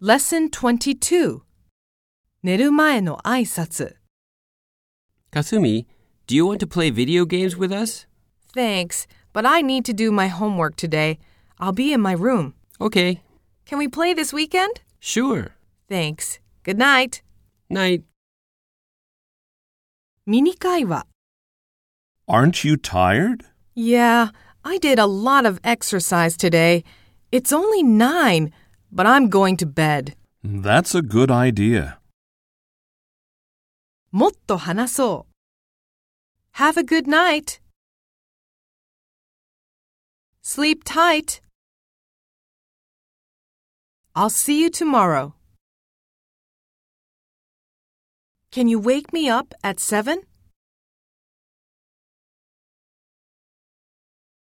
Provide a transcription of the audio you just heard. Lesson 22寝る前の挨拶 Kasumi, do you want to play video games with us? Thanks, but I need to do my homework today. I'll be in my room. Okay, Can we play this weekend? sure. Thanks. Good night. Night. ミニ会話 Aren't you tired? Yeah, I did a lot of exercise today. It's only nine, but I'm going to bed. That's a good idea. もっと話そう。Have a good night. Sleep tight. I'll see you tomorrow. Can you wake me up at seven?